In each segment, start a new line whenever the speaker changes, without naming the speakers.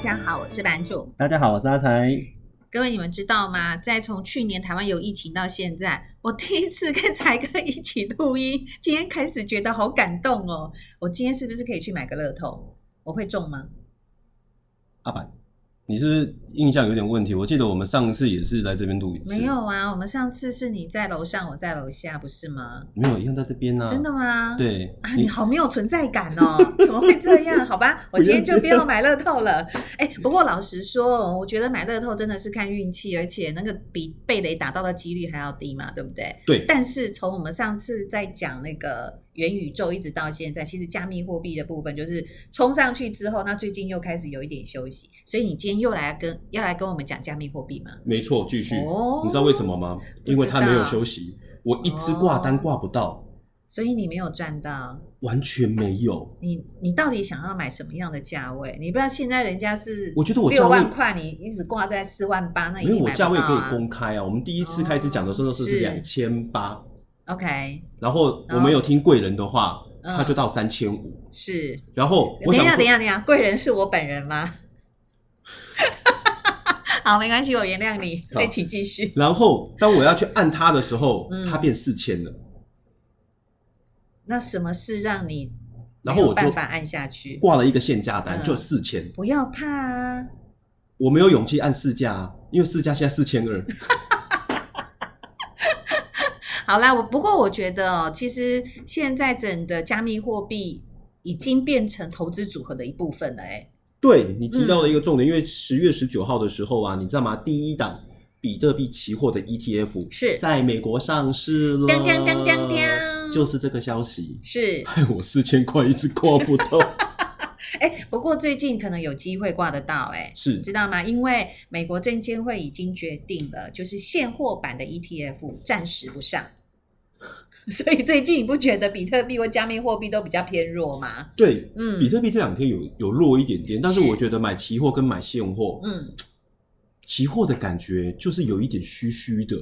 家好，我是版主。
大家好，我是阿才。
各位你们知道吗？在从去年台湾有疫情到现在，我第一次跟才哥一起录音，今天开始觉得好感动哦。我今天是不是可以去买个乐透？我会中吗？
阿板，你是不是印象有点问题？我记得我们上次也是来这边录一次，
没有啊，我们上次是你在楼上，我在楼下，不是吗？
没有一样在这边啊？
真的？吗？。
对
啊，你好没有存在感哦！怎么会这样？好 吧，我今天就不要买乐透了。哎，不过老实说，我觉得买乐透真的是看运气，而且那个比被雷打到的几率还要低嘛，对不对？
对
但是从我们上次在讲那个元宇宙一直到现在，其实加密货币的部分就是冲上去之后，那最近又开始有一点休息，所以你今天又来跟要来跟我们讲加密货币吗？
没错，继续。
哦
你知道为什么吗？
道
因为他没有休息，我一直挂单挂不
哦
到，
所以你没有赚到，
完全没有。
你你到底想要买什么样的价位？你不知道现在人家是
我觉得我价
六
位
万块，你一直挂在四万八，那一
没有，
定
我
买不
价
到
位可以
啊。哦
公开啊。我们第一次开始讲的时候是
是
两千八，
OK，
然后我们有听贵人的话，他就到三千五。
是。
然后我
等一
想
下，嗯等一
说，
下，等一下，贵人是我本人吗？ 好，没关系，我原谅你。
好
那请继续。
然后当我要去按它的时候
嗯，
它变四千了。
那什么事让你
然
没有
后我就
办法按下去？
挂了一个限价单，
嗯
就四千。
不要怕啊！
我没有勇气按市价啊，因为市价现在四千二。
好啦，我不过我觉得哦，其实现在整的加密货币已经变成投资组合的一部分了、哎，
对你提到了一个重点，因为十月十九号的时候啊，你知道吗？第一档比特币期货的 ETF
是
在美国上市了，
当当当当当
就是这个消息。
是。
害我四千块一直挂不到，
哎，不过最近可能有机会挂得到、哎，
是
你知道吗？因为美国证监会已经决定了，就是现货版的 ETF 暂时不上。 所以最近你不觉得比特币或加密货币都比较偏弱吗？
对。比
嗯
特币这两天有有弱一点点，但是
是
我觉得买期货跟买现货，
嗯
期货的感觉就是有一点虚虚的，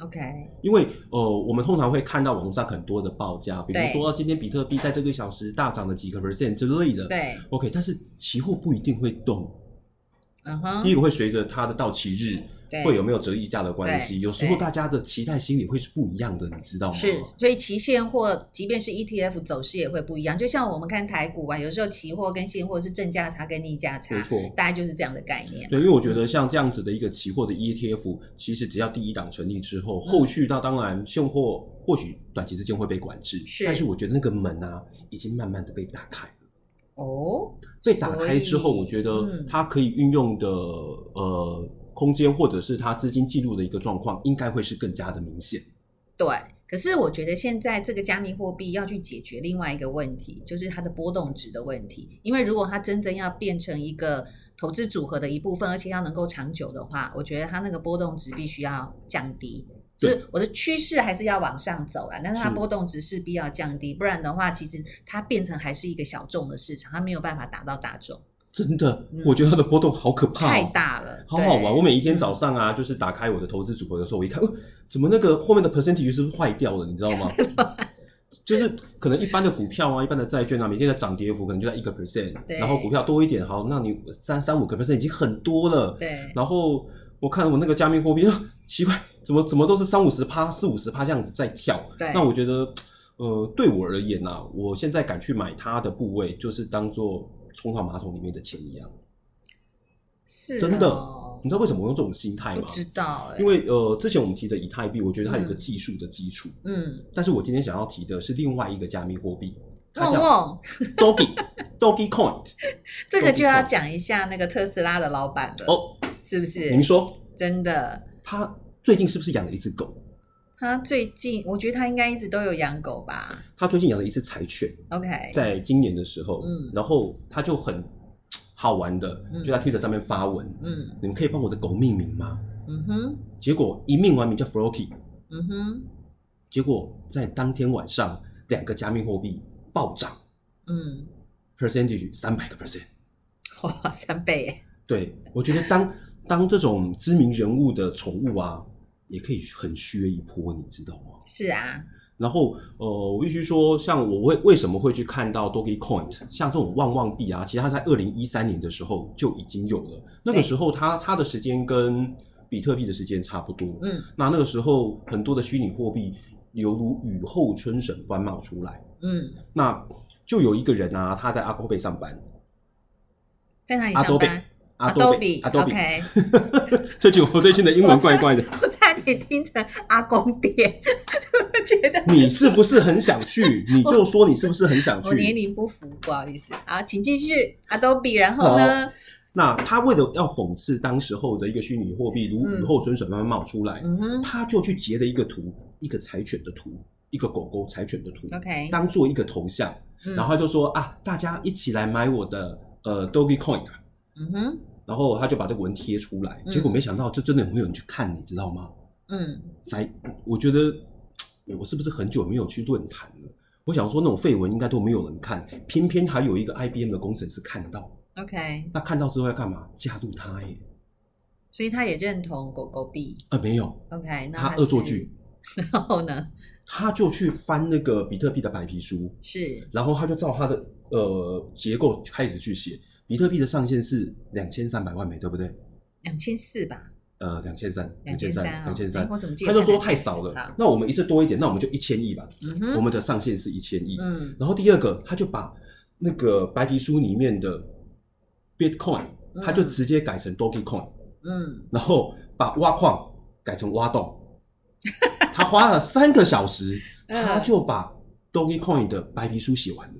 ，OK，
因为呃，我们通常会看到网络上很多的报价，比如
对
说哦今天比特币在这个小时大涨了几个 percent 之类的，
对，
OK，但是期货不一定会动。
嗯哼，
第一个会随着它的到期日
对
会有没有折溢价的关系，
对
有时候
对
大家的期待心理会是不一样的，你知道吗？
是，所以期现货即便是 ETF 走势也会不一样，就像我们看台股啊，有时候期货跟现货是正价差跟逆价
没
差，
错。
大概就是这嗯样的概念。
对，因为我觉得像这样子的一个期货的 ETF，其实只要第一档成立之后，
嗯
后续那当然现货或许短期之间会被管制，
是
但是我觉得那个门啊，已经慢慢的被打开了。
哦，
被打开之后，
所以
我觉得
嗯
它可以运用的、呃空间，或者是它资金记录的一个状况，应该会是更加的明显。
对，可是我觉得现在这个加密货币要去解决另外一个问题，就是它的波动值的问题。因为如果它真正要变成一个投资组合的一部分，而且要能够长久的话，我觉得它那个波动值必须要降低。就
对
是我的趋势还是要往上走啦，但是它
是
波动值势必要降低，不然的话，其实它变成还是一个小众的市场，它没有办法达到大众，
真的，
嗯
我觉得它的波动好可怕、哦，
太，大了，
好好
对嗯
玩。我每一天早上啊，就是打开我的投资组合的时候，我一看，呃，怎么那个后面的 percentage 是不是坏掉了？你知道 吗？就是可能一般的股票啊，一般的债券啊，每天的涨跌幅可能就在一个 percent，
对
然后股票多一点，好，那你三三五个 percent 已经很多了。
对，
然后我看我那个加密货币，啊奇怪，怎么怎么都是三五十趴、四五十趴这样子在跳。
对
那我觉得，呃，对我而言啊，我现在敢去买它的部位，就是当做冲到马桶里面的钱一样。
是
真的
哦
你知道为什么我用这种心态
不
吗？
知道欸，
因为呃，之前我们提的以太币，我觉得它有一个
嗯
技术的基础，
嗯，
但是我今天想要提的是另外一个加密货币，它
旺
叫
旺，
Doge Doge Coin。
这个就要讲一下那个特斯拉的老板了，
哦，
是不是
您？说
真的，
他最近是不是养了一只狗？
他最近我觉得他应该一直都有养狗吧
他最近养了一只柴犬。
？OK，
在今年的时候，
哎嗯
然后他就很好玩的，
嗯
就在 Twitter 上面发文，
嗯
你们可以帮我的狗命名吗？
嗯哼
结果一命完名叫 Floki，
嗯哼
结果在当天晚上，两个加密货币暴涨
嗯，
，percentage 三百个 percent。
哇，三倍耶！
对我觉得 当当这种知名人物的宠物啊，也可以很削一波，你知道吗？
是啊，
然后，呃，我必须说，像我为为什么会去看到 Dogecoin，像这种旺旺币啊，其实它在二零一三年的时候就已经有了。那个
对
时候它，它的时间跟比特币的时间差不多。
嗯
那那个时候，很多的虚拟货币犹如雨后春笋般冒出来。
嗯，
那就有一个人啊，他在阿 b 贝上班，
在哪里上班
阿多贝，阿多贝。
？Adobe，OK，
最近我最近的英文怪怪的，
我差点听成阿公 店，就觉得
你是不是很想去？你就说你是不是很想去？
我年龄不符，不好意思。好，请继续。Adobe，然后呢？
那他为了要讽刺当时候的一个虚拟货币如
嗯
雨后春笋慢慢冒出来，
嗯哼
他就去截了一个图，一个柴犬的图，一个狗狗柴犬的图，
，OK，
当做一个头像，
嗯
然后他就说啊，大家一起来买我的呃 Dogecoin，
嗯哼，
然后他就把这个文贴出来，
嗯
结果没想到就真的会有人去看，你知道吗？
嗯
在我觉得我是不是很久没有去论坛了？我想说那种绯闻应该都没有人看，偏偏还有一个 IBM 的工程师看到，
，OK，
那看到之后要干嘛？加入他耶。
所以他也认同狗狗币
呃，没有，
，OK，那
他
是
恶作剧，，
然后呢？
他就去翻那个比特币的白皮书，
是
然后他就照他的呃结构开始去写。比特币的上限是两千三百万枚，对不对？
两千四吧？
呃，两千三，
两千
千三，
三，
两千
哎
三。
我怎么记得
他就
看
说
到
太少了
好，
那我们一次多一点，那我们就一千亿吧。
嗯
我
哼，
们的上限是一千亿。
嗯
然后第二个，他就把那个白皮书里面的 Bitcoin，
嗯
他就直接改成 Dogecoin，
嗯，
然后把挖矿改成挖洞。他花了三个小时，
嗯
他就把 Dogecoin 的白皮书写完了。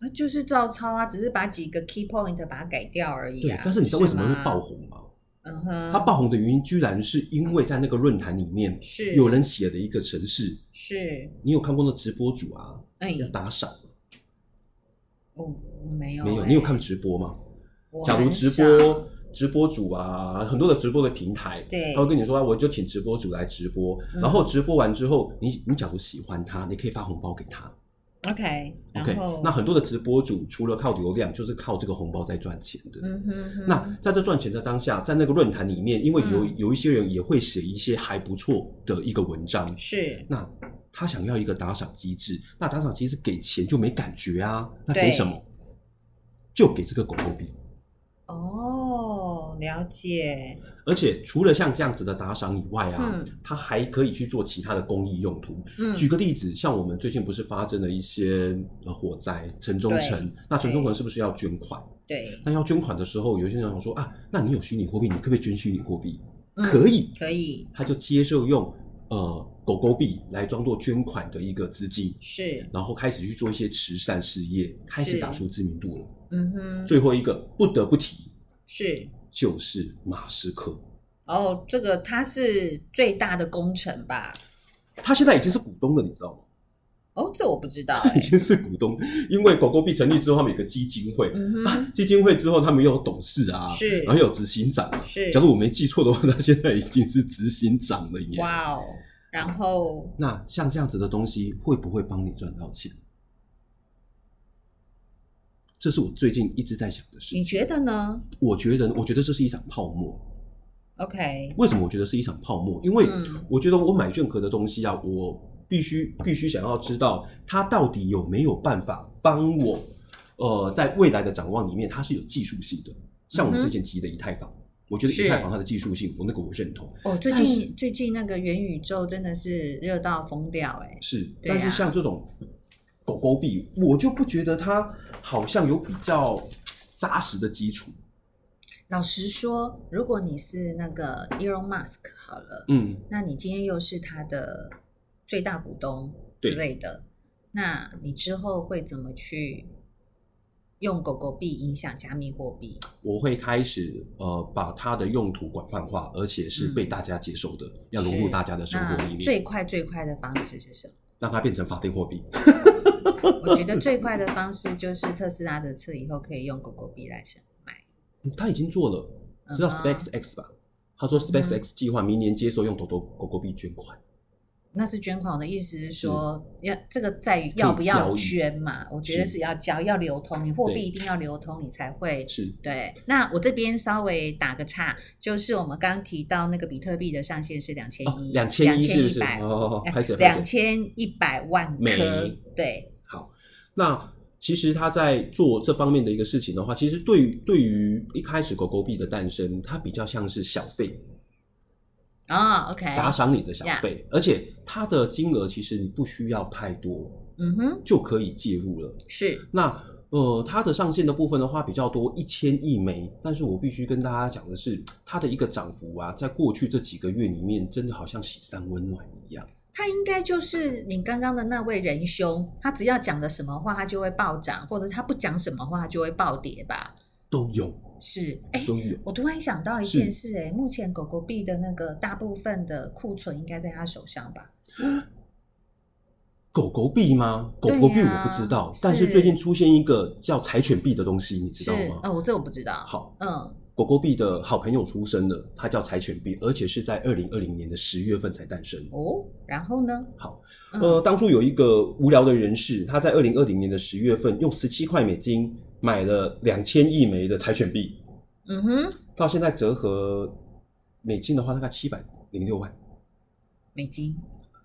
那就是照抄啊，只是把几个 key point 把它改掉而已
对
啊。，
但是你知道为什么
吗
会爆？红吗？
嗯哼，
他爆红的原因居然是因为在那个论坛里面
是
有人写的一个城市，
是
你有看过那直播主啊
哎，
要打赏吗？
哦，没有
没有，
哎
你有看直播吗？
我
假如
很
直
少
播直播主啊，很多的直播的平台，
对
他会跟你说啊，我就请直播主来直播，
嗯
然后直播完之后，你你假如喜欢他，你可以发红包给他。
OK，
OK，
然后
那很多的直播主除了靠流量，就是靠这个红包在赚钱的。
嗯哼哼，
那在这赚钱的当下，在那个论坛里面，因为有、
嗯
有一些人也会写一些还不错的一个文章，
是
那他想要一个打赏机制，那打赏机制给钱就没感觉啊，那
对
给什么？就给这个狗狗币。
哦，了解，
而且除了像这样子的打赏以外啊，
嗯
它还可以去做其他的公益用途。
嗯
举个例子，像我们最近不是发生了一些呃火灾，城中城，那城中城是不是要捐款？
对，
那要捐款的时候，有些人想说啊，那你有虚拟货币，你可不可以捐虚拟货币？
嗯
可以，
可以
他就接受用呃狗狗币来装作捐款的一个资金。
是，
然后开始去做一些慈善事业，开始
是
打出知名度了。
嗯哼，
最后一个不得不提
是
就是马斯克，
哦，这个它是最大的工程吧？
他现在已经是股东了，你知道吗？
哦，这我不知道
已
哎，
经是股东，因为狗狗币成立之后，他们有个基金会，
嗯哼，
基金会之后他们又有董事啊，
是
然后又有执行长啊。
是
假，如我没记错的话，他现在已经是执行长了耶。
哇哦，然后
那像这样子的东西，会不会帮你赚到钱？这是我最近一直在想的事情。
你觉得呢
我觉得，我觉得这是一场泡沫。
？OK，
为什么我觉得是一场泡沫？因为
嗯
我觉得我买任何的东西啊，我必须必须想要知道它到底有没有办法帮我，呃，在未来的展望里面，它是有技术性的。像我们
嗯哼
之前提的以太坊，我觉得
是
以太坊它的技术性，我那个我认同
哦，最
但是
近最近那个元宇宙真的是热到疯掉哎，
是，
对啊
但是像这种狗狗币，我就不觉得它好像有比较扎实的基础。
老实说，如果你是那个 Elon Musk 好了，
嗯，
那你今天又是他的最大股东之类的，那你之后会怎么去用狗狗币影响加密货币？
我会开始呃把它的用途广泛化，而且是被大家接受的，要融入
是
大家的生活里
那
面。
最快最快的方式是什么？
让它变成法定货币。
我觉得最快的方式就是特斯拉的车以后可以用狗狗币来生买。
他已经做了，知道
嗯哼
SpaceX 吧？他说 SpaceX 计划明年接受用狗狗狗狗币捐款，
那是捐款，我的意思是说，要这个在于要不
嗯交
要
易
捐嘛？我觉得
是
是要交，要流通，你货币
对
一定要流通，你才会
是
对，那我这边稍微打个岔，就是我们刚提到那个比特币的上限是两千
哦
一，，
两千一是不
一
是？
百，哎
哦，拍谁拍
两
谁？
千一百万
美
颗，对，
那其实他在做这方面的一个事情的话，其实对于对于一开始狗狗币的诞生，它比较像是小费，
哦，OK，
打赏你的小
Yeah
费，而且它的金额其实你不需要太多
嗯哼，
就可以介入了。
是，
那呃，它的上限的部分的话比较多，一千亿枚。但是我必须跟大家讲的是，它的一个涨幅啊，在过去这几个月里面，真的好像喜散温暖一样。
他应该就是你刚刚的那位仁兄，他只要讲的什么话，他就会暴涨，或者他不讲什么话，他就会暴跌吧？
都有，
是，哎。
都有，
我突然想到一件事、哎，目前狗狗币的那个大部分的库存应该在他手上吧？
狗狗币吗？狗狗币我不知道，
对呀
但是
是
最近出现一个叫柴犬币的东西，你知
是
道，
呃，
吗？
我这我不知道。
好，
嗯，
狗狗币的好朋友出生了，它叫柴犬币，而且是在二零二零年的十月份才诞生。
哦，然后呢？
好，
嗯、
呃，当初有一个无聊的人士，他在二零二零年的十月份用十七块美金买了两千亿枚的柴犬币，
嗯哼，
到现在折合美金的话，大概七百零六万。
美金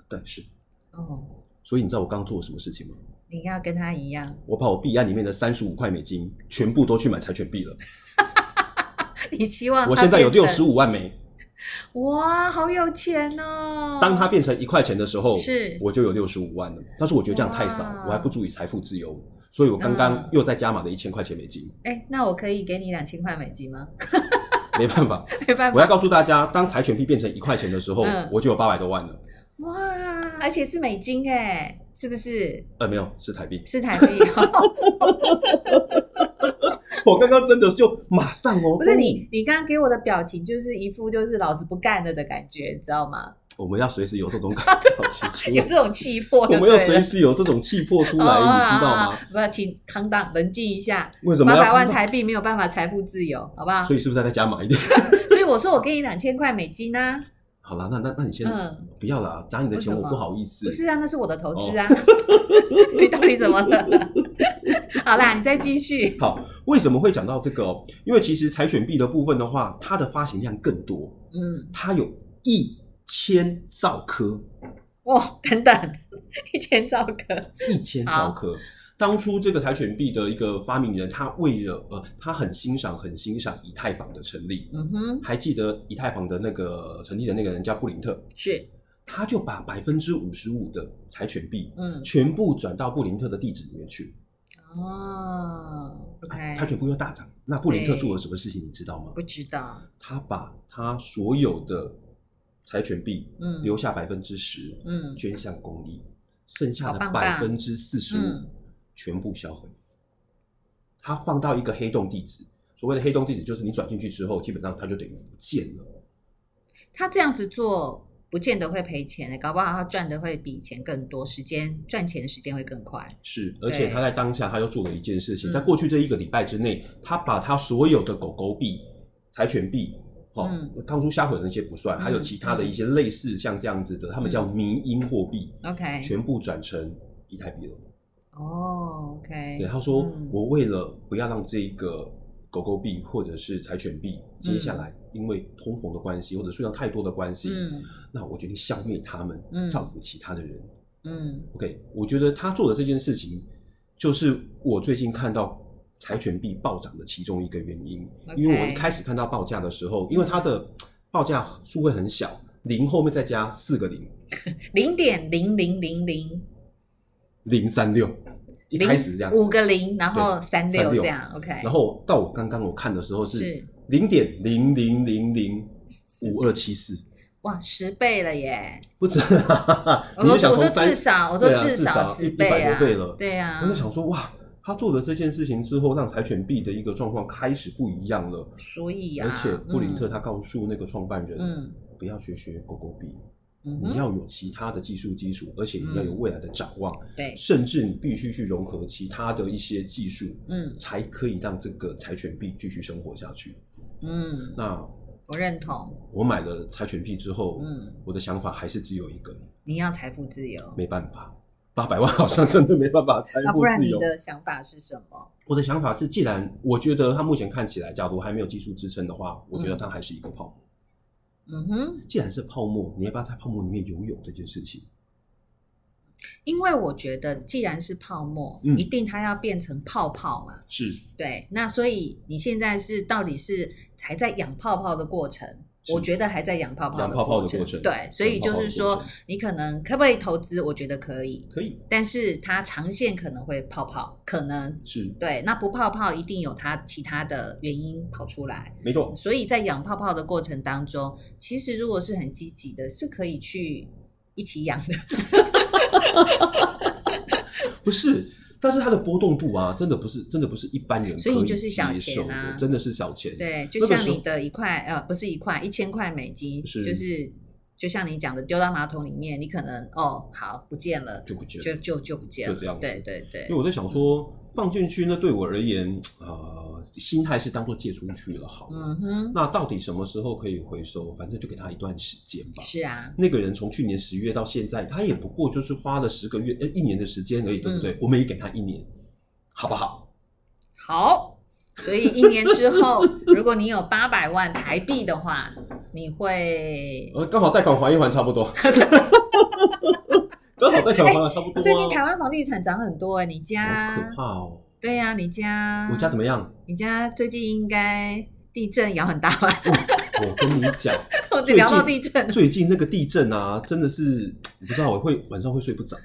但是，
哦，
所以你知道我刚刚做了什么事情吗？
你要跟他一样，
我把我币安里面的三十五块美金全部都去买柴犬币了。
你希望
我
他
现在有
变
六
成
十五万枚，
哇，好有钱哦！
当它变成一块钱的时候，
是
我就有六十五万了。但是我觉得这样太少
哇，
我还不足以财富自由，所以我刚刚
嗯
又再加码了一千块钱美金。
哎，那我可以给你两千块美金吗？ 嗯
没办法，
没办
我要
法，
告诉大家，当柴犬币变成一块钱的时候，
嗯
我就有八百多万了。
哇，而且是美金哎，是不 是？
呃，没有，是台币。
是台币？哦
我刚刚真的就马上哦，
不是
终于
你，，你刚刚给我的表情就是一副就是老子不干了的感觉，你知道吗？
我们要随时有这种感觉出
有
来，
这种气魄
我
就对了，
们要随时有这种气魄出来，你知道
哦
吗？？
不要，请康当冷静一下。
为什么
八
要
百万台币没有办法财富自由，好不好？
所以是不是再加码一点？
所以我说我给你两千块美金啊，
好啦，那那那你先
嗯，
不要啦，拿你的
为
钱
什
我
么
不好意思
不。是哦啊，那是我的投资啊， 你到底怎么了？ 好啦，你再继续。
好，为什么会讲到这个、哦？因为其实柴犬币的部分的话，它的发行量更多，
嗯，
它有一千兆颗，
哇，等等，一千兆个，
一千兆颗。当初这个柴犬币的一个发明人，他为了呃，他很欣赏很欣赏以太坊的成立，
嗯哼，
还记得以太坊的那个成立的那个人叫布林特，
是，
他就把百分之五十五的柴犬币
嗯，
全部转到布林特的地址里面去，
哦，OK，
柴犬币又大涨。那布林特
对
做了什么事情，你知道吗
不？知道，
他把他所有的柴犬币
嗯，
留下百分之十
嗯，
捐向公益，剩下
好
的
棒
百
棒
分之四十
嗯
五全部销毁。他放到一个黑洞地址，所谓的黑洞地址就是你转进去之后，基本上它就等于不见了。
他这样子做。不见得会赔钱的，搞不好他赚的会比钱更多，时间赚钱的时间会更快。
是，而且
对
他在当下他又做了一件事情，
嗯
在过去这一个礼拜之内，他把他所有的狗狗币、柴犬币，哦，
嗯
当初销毁的那些不算，还有其他的一些类似像这样子的，他们
嗯
叫迷因货币，
OK，
全部转成以太币了。
哦，OK，
对，他说、
嗯
我为了不要让这一个狗狗币或者是柴犬币接下来因为通膨的关系或者数量太多的关系，
嗯
那我决定消灭他们，
嗯
造福其他的人。
嗯
OK，我觉得他做的这件事情，就是我最近看到柴犬币暴涨的其中一个原因。
OK 嗯
因为我一开始看到报价的时候，因为它的报价数会很小，零后面再加四个零，
零点零零零零
零三六，一开始这样子。
五个零，然后三六
36
这样，OK，
然后到我刚刚我看的时候是
哎是
零点零零零零五二七四，
哇十倍了耶！
不止，
我
你
说哦我
就想从
说
三
至少，我说
对啊
至
至少
十
一
倍
一百
啊，
多倍了
对啊
我就，想说，哇，他做了这件事情之后，让柴犬币的一个状况开始不一样了。
所以啊，
而且布林特
嗯
他告诉那个创办人，
嗯
不要学学狗狗币，
嗯
你
哼，
要有其他的技术基础，而且你要有未来的展望，
对，
甚至你必须去融合其他的一些技术，
嗯
才可以让这个柴犬币继续生活下去。
嗯，
那
我认同，
我买了柴犬币之后，
嗯
我的想法还是只有一个，
你要财富自由
没办法，八百万好像真的没办 法财
啊，
富
不然
自
你
由。
的想法是什么？
我的想法是，既然我觉得它目前看起来，假如还没有技术支撑的话，我觉得它还是一个泡沫。
嗯哼，
既然是泡沫，你要不要在泡沫里面游泳这件事情？
因为我觉得既然是泡沫，
嗯
一定它要变成泡泡嘛。
是
对，那所以你现在是到底是还在养泡泡的过程？
是
我觉得还在养泡泡
养
的
泡泡的
程。
过程
对，所以就是
养泡泡的
说
过，
你可能可不可以投资？我觉得可以，
可以，
但是它长线可能会泡泡，可能
是
对。那不泡泡一定有它其他的原因跑出来。
没错，
所以在养泡泡的过程当中，其实如果是很积极的，是可以去一起养的。
不是。但是它的波动度啊，真的不是，真的不是一般人可
所以你就是小
接
钱
受的
啊
真的是小钱。
对，就
那个
像
时候
你的一块呃，不是一块，一千块美金，
是
就是就像你讲的，丢到马桶里面，你可能哦，好不见了，
就不见了
就就就不见了，
就这样子
对对对
因为，我在想说，放进去那对我而言，呃，心态是当做借出去了好了。
嗯哼，
那到底什么时候可以回收？反正就给他一段时间吧。
是啊，
那个人从去年十月到现在，他也不过就是花了十个月、呃一年的时间而已，对
嗯
不对？我们也给他一年，好不好？
好，所以一年之 后，如果你有八百万台币的话，你会。
呃，刚好贷款还一还差不 多，刚好贷款还了差不多、啊。
最近台湾房地产涨很多哎、你
好
家
可怕哦！
对呀、你家
我家怎么样？
你家最近应该地震摇很大吧？
我跟你讲，
我只聊到地震，
最近那个地震啊，真的是我不知道，我会晚上会睡不着、欸。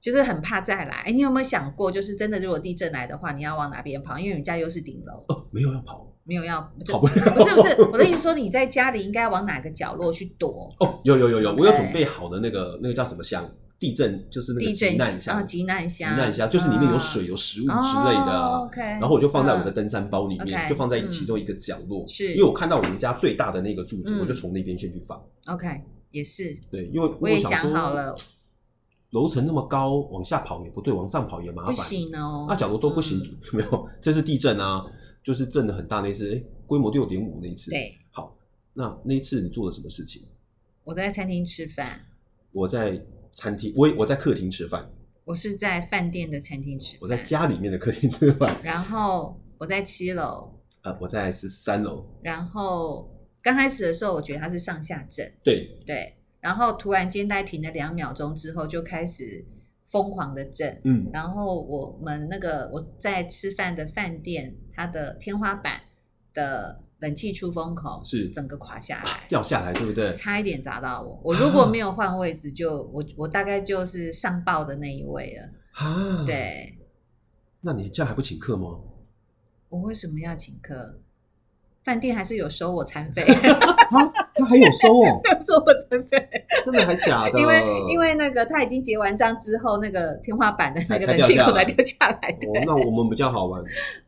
就是很怕再来。哎，你有没有想过，就是真的如果地震来的话，你要往哪边跑？因为你家又是顶楼，
哦，没有要跑，
没有要就
跑不了。
不是不是， 我的意思说你在家里应该往哪个角落去躲？
哦，有有有有，
OK
我有准备好的那个那个叫什么箱？地震就是那个
地震
急难箱，
啊，急难
急
箱，
难箱就是里面有
啊
水、有食物之类的啊。
哦，OK
然后我就放在我的
嗯
登山包里面，
OK，
就放在
嗯
其中一个角落，
是
因为我看到我们家最大的那个柱子，
嗯
我就从那边先去放。
OK 也是，
对，因为
我也
想
想
说
好了，
楼层那么高，往下跑也不对，往上跑也麻
不
烦。啊
行哦
那。角落都不行，
嗯
没有，这是地震啊，就是震的很大那一次，哎，规模六点五那一次。，
对，
好，那那一次你做了什么事情？
我在餐厅吃饭，
我在餐厅，我我在客厅吃饭，
我是在饭店的餐厅吃
我在
饭，
家里面的客厅吃饭，
然后我在七楼，
呃，我在十三楼，
然后刚开始的时候我觉得它是上下震。
对，
对，然后突然间大概停了两秒钟之后，就开始疯狂的震。
嗯，
然后我们那个我在吃饭的饭店，它的天花板的冷气出风口
是
整个垮下来，
掉下来，对不对？啊
差一点砸到我。我如果没有换位置就，我我大概就是上报的那一位了。
啊，，
对，
那你这样还不请客吗？
我为什么要请客？饭店还是有收我餐 费，
啊，他还有收 哦，
收我餐费，
真的还假的？
因为因为那个他已经结完账之后，那个天花板的那
才
个
才
冷气
掉下
口才
来
掉下来。对
哦，那我们比较好
嗯
玩。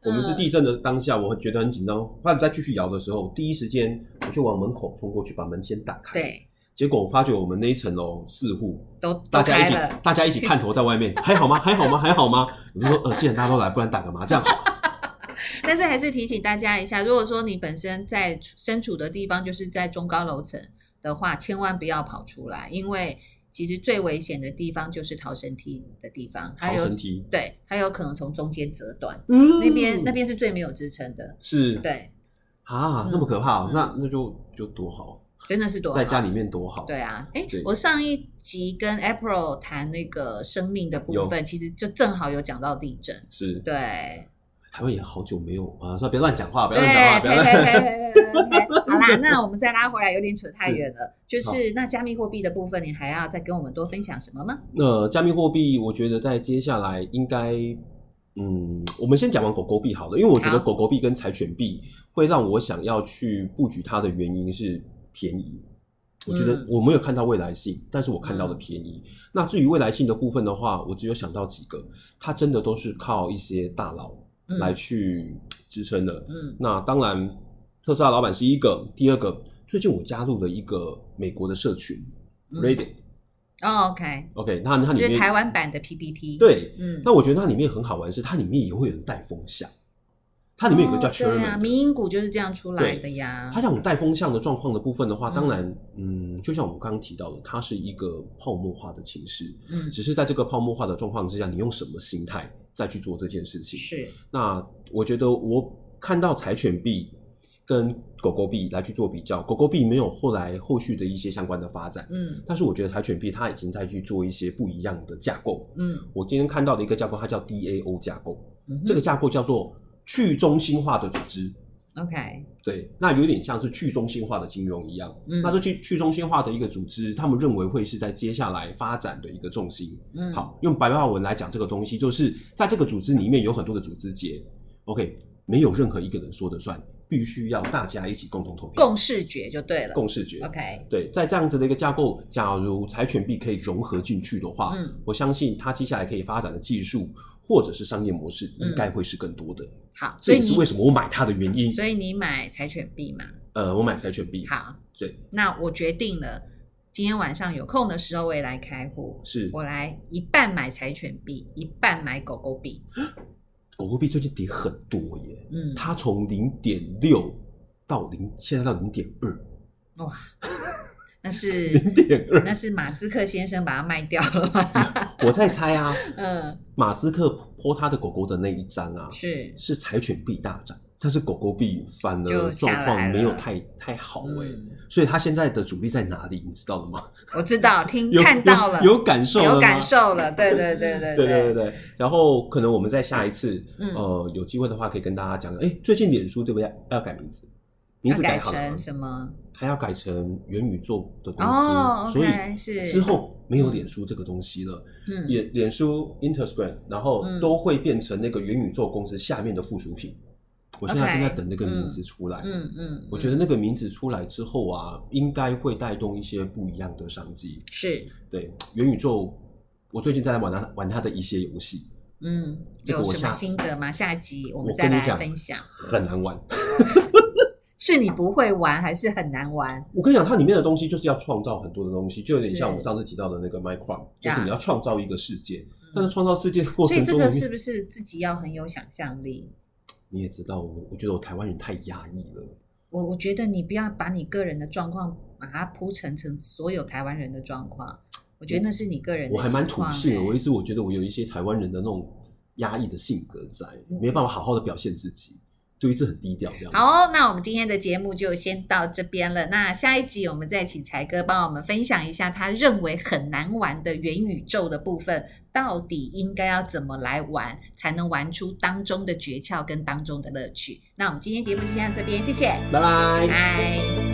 我们是地震的当下，我会觉得很紧张。怕再继续摇的时候，第一时间我就往门口冲过去，把门先打开。，
对，
结果我发觉我们那一层楼四户，
都
大
都
家一
开
起
了，
大家一起探头在外面，还好吗？还好吗？还好吗？我就说，呃，既然大家都来，不然打个麻将好了。
但是还是提醒大家一下，如果说你本身在身处的地方就是在中高楼层的话，千万不要跑出来，因为其实最危险的地方就是逃生梯的地方，还
逃
有
生梯，
对，还有可能从中间折断，
嗯
那边那边是最没有支撑的，
是，
对，
啊
嗯，
那么可怕哦，
嗯
那那就就多好，
真的是多
在家
里。
里面多好。
对，啊，哎
对，
我上一集跟 April 谈那个生命的部分，其实就正好有讲到地震，
是
对，
台湾也好久没有啊，算了别乱讲话，不要
对，
乱讲话，不
呸
要乱。
呸呸呸呸呸呸！好啦，那我们再拉回来，有点扯太远了。就是那加密货币的部分，你还要再跟我们多分享什么吗？
那、加密货币，我觉得在接下来应该，嗯，我们先讲完狗狗币好了，因为我觉得
好
狗狗币跟柴犬币会让我想要去布局它的原因是便宜。我觉得
嗯
我没有看到未来性，但是我看到了便宜。那至于未来性的部分的话，我只有想到几个，它真的都是靠一些大佬
嗯
来去支撑的。
嗯
那当然，特斯拉老板是一个，第二个，最近我加入了一个美国的社群
嗯
Reddit，OK，、
哦，OK，
OK，那它里
就是
面
台湾版的 PPT。，
对，
嗯
那我觉得它里面很好玩是，它里面也会有人带风向，它里面有个叫
哦对啊，
Sherman，、
民营股就是这样出来的呀。
它讲带风向的状况的部分的话，
嗯
当然，嗯，就像我们刚刚提到的，它是一个泡沫化的情势，
嗯，
只是在这个泡沫化的状况之下，你用什么心态再去做这件事情？
是，
那我觉得我看到柴犬币跟狗狗币来去做比较，狗狗币没有后来后续的一些相关的发展，
嗯
但是我觉得柴犬币它已经在去做一些不一样的架构。
嗯，
我今天看到的一个架构，它叫 DAO 架构，
嗯哼
这个架构叫做去中心化的组织。
OK，
对，那有点像是去中心化的金融一样。
嗯，
那这去去中心化的一个组织，他们认为会是在接下来发展的一个重心。
嗯，
好，用白话文来讲这个东西，就是在这个组织里面有很多的组织节，OK，没有任何一个人说得算，必须要大家一起共同投票，
共视觉就对了。
共视觉。
OK，
对，在这样子的一个架构，假如柴犬币可以融合进去的话，
嗯，
我相信它接下来可以发展的技术或者是商业模式，
嗯
应该会是更多的。
好，所
这
以
也是
你
为什么我买它的原因。
所以你买柴犬币嘛？
呃，我买柴犬币，
好，
对，
那我决定了，今天晚上有空的时候我也来开户，
是
我来一半买柴犬币，一半买狗狗币。
狗狗币最近跌很多耶，
嗯，
它从零点六到零，现在到零点二，
哇，那是
零点二。
那是马斯克先生把它卖掉了吧？
我在猜啊，
嗯，
马斯克泼他的狗狗的那一张啊，
是，
是柴犬币大涨，但是狗狗币反而
就下
状
来
况没有
了
太太好哎、
嗯，
所以他现在的主力在哪里，你知道了 吗？
我知道，听
哦有
看到了，
有有感受了吗，
有感受了，对对对对
对对对对，然后可能我们在下一次，
嗯
呃，有机会的话可以跟大家讲，哎，最近脸书对不对？要改名字，名
要
字
改
好了吗
成，什么？
它要改成元宇宙的公司，
哦
所
，OK，是
以之后没有脸书这个东西了，
嗯，
脸脸书、Instagram，然后
嗯
都会变成那个元宇宙公司下面的附属品。我现在正在等那个名字出来，
嗯嗯，
我觉得那个名字出来之后啊，应该会带动一些不一样的商机。
是，
对元宇宙，我最近在玩它玩它的一些游戏，
嗯，
这个
有
我
什么
下
心得吗？下集我们
我
再
跟你
来
讲
分享。
很难玩。
是你不会玩，还是很难玩？
我跟你讲，它里面的东西就是要创造很多的东西，就有点
是
像我们上次提到的那个 Minecraft，就
呀
是你要创造一个世界，但是创造世界的过
嗯所以
程
这
中里
个
面，
是不是自己要很有想象力？
你也知道，我我觉得我台湾人太压抑了。
我我觉得你不要把你个人的状况把它铺陈成所有台湾人的状况，我觉得那是你个人的
我还蛮土性的，
情况欸
我一直我觉得我有一些台湾人的那种压抑的性格在，
嗯
没有办法好好的表现自己，就一直很低调这样子。
好哦、那我们今天的节目就先到这边了。那下一集我们再请才哥帮我们分享一下他认为很难玩的元宇宙的部分，到底应该要怎么来玩，才能玩出当中的诀窍跟当中的乐趣。那我们今天节目就先到这边，谢谢，
拜拜。
拜。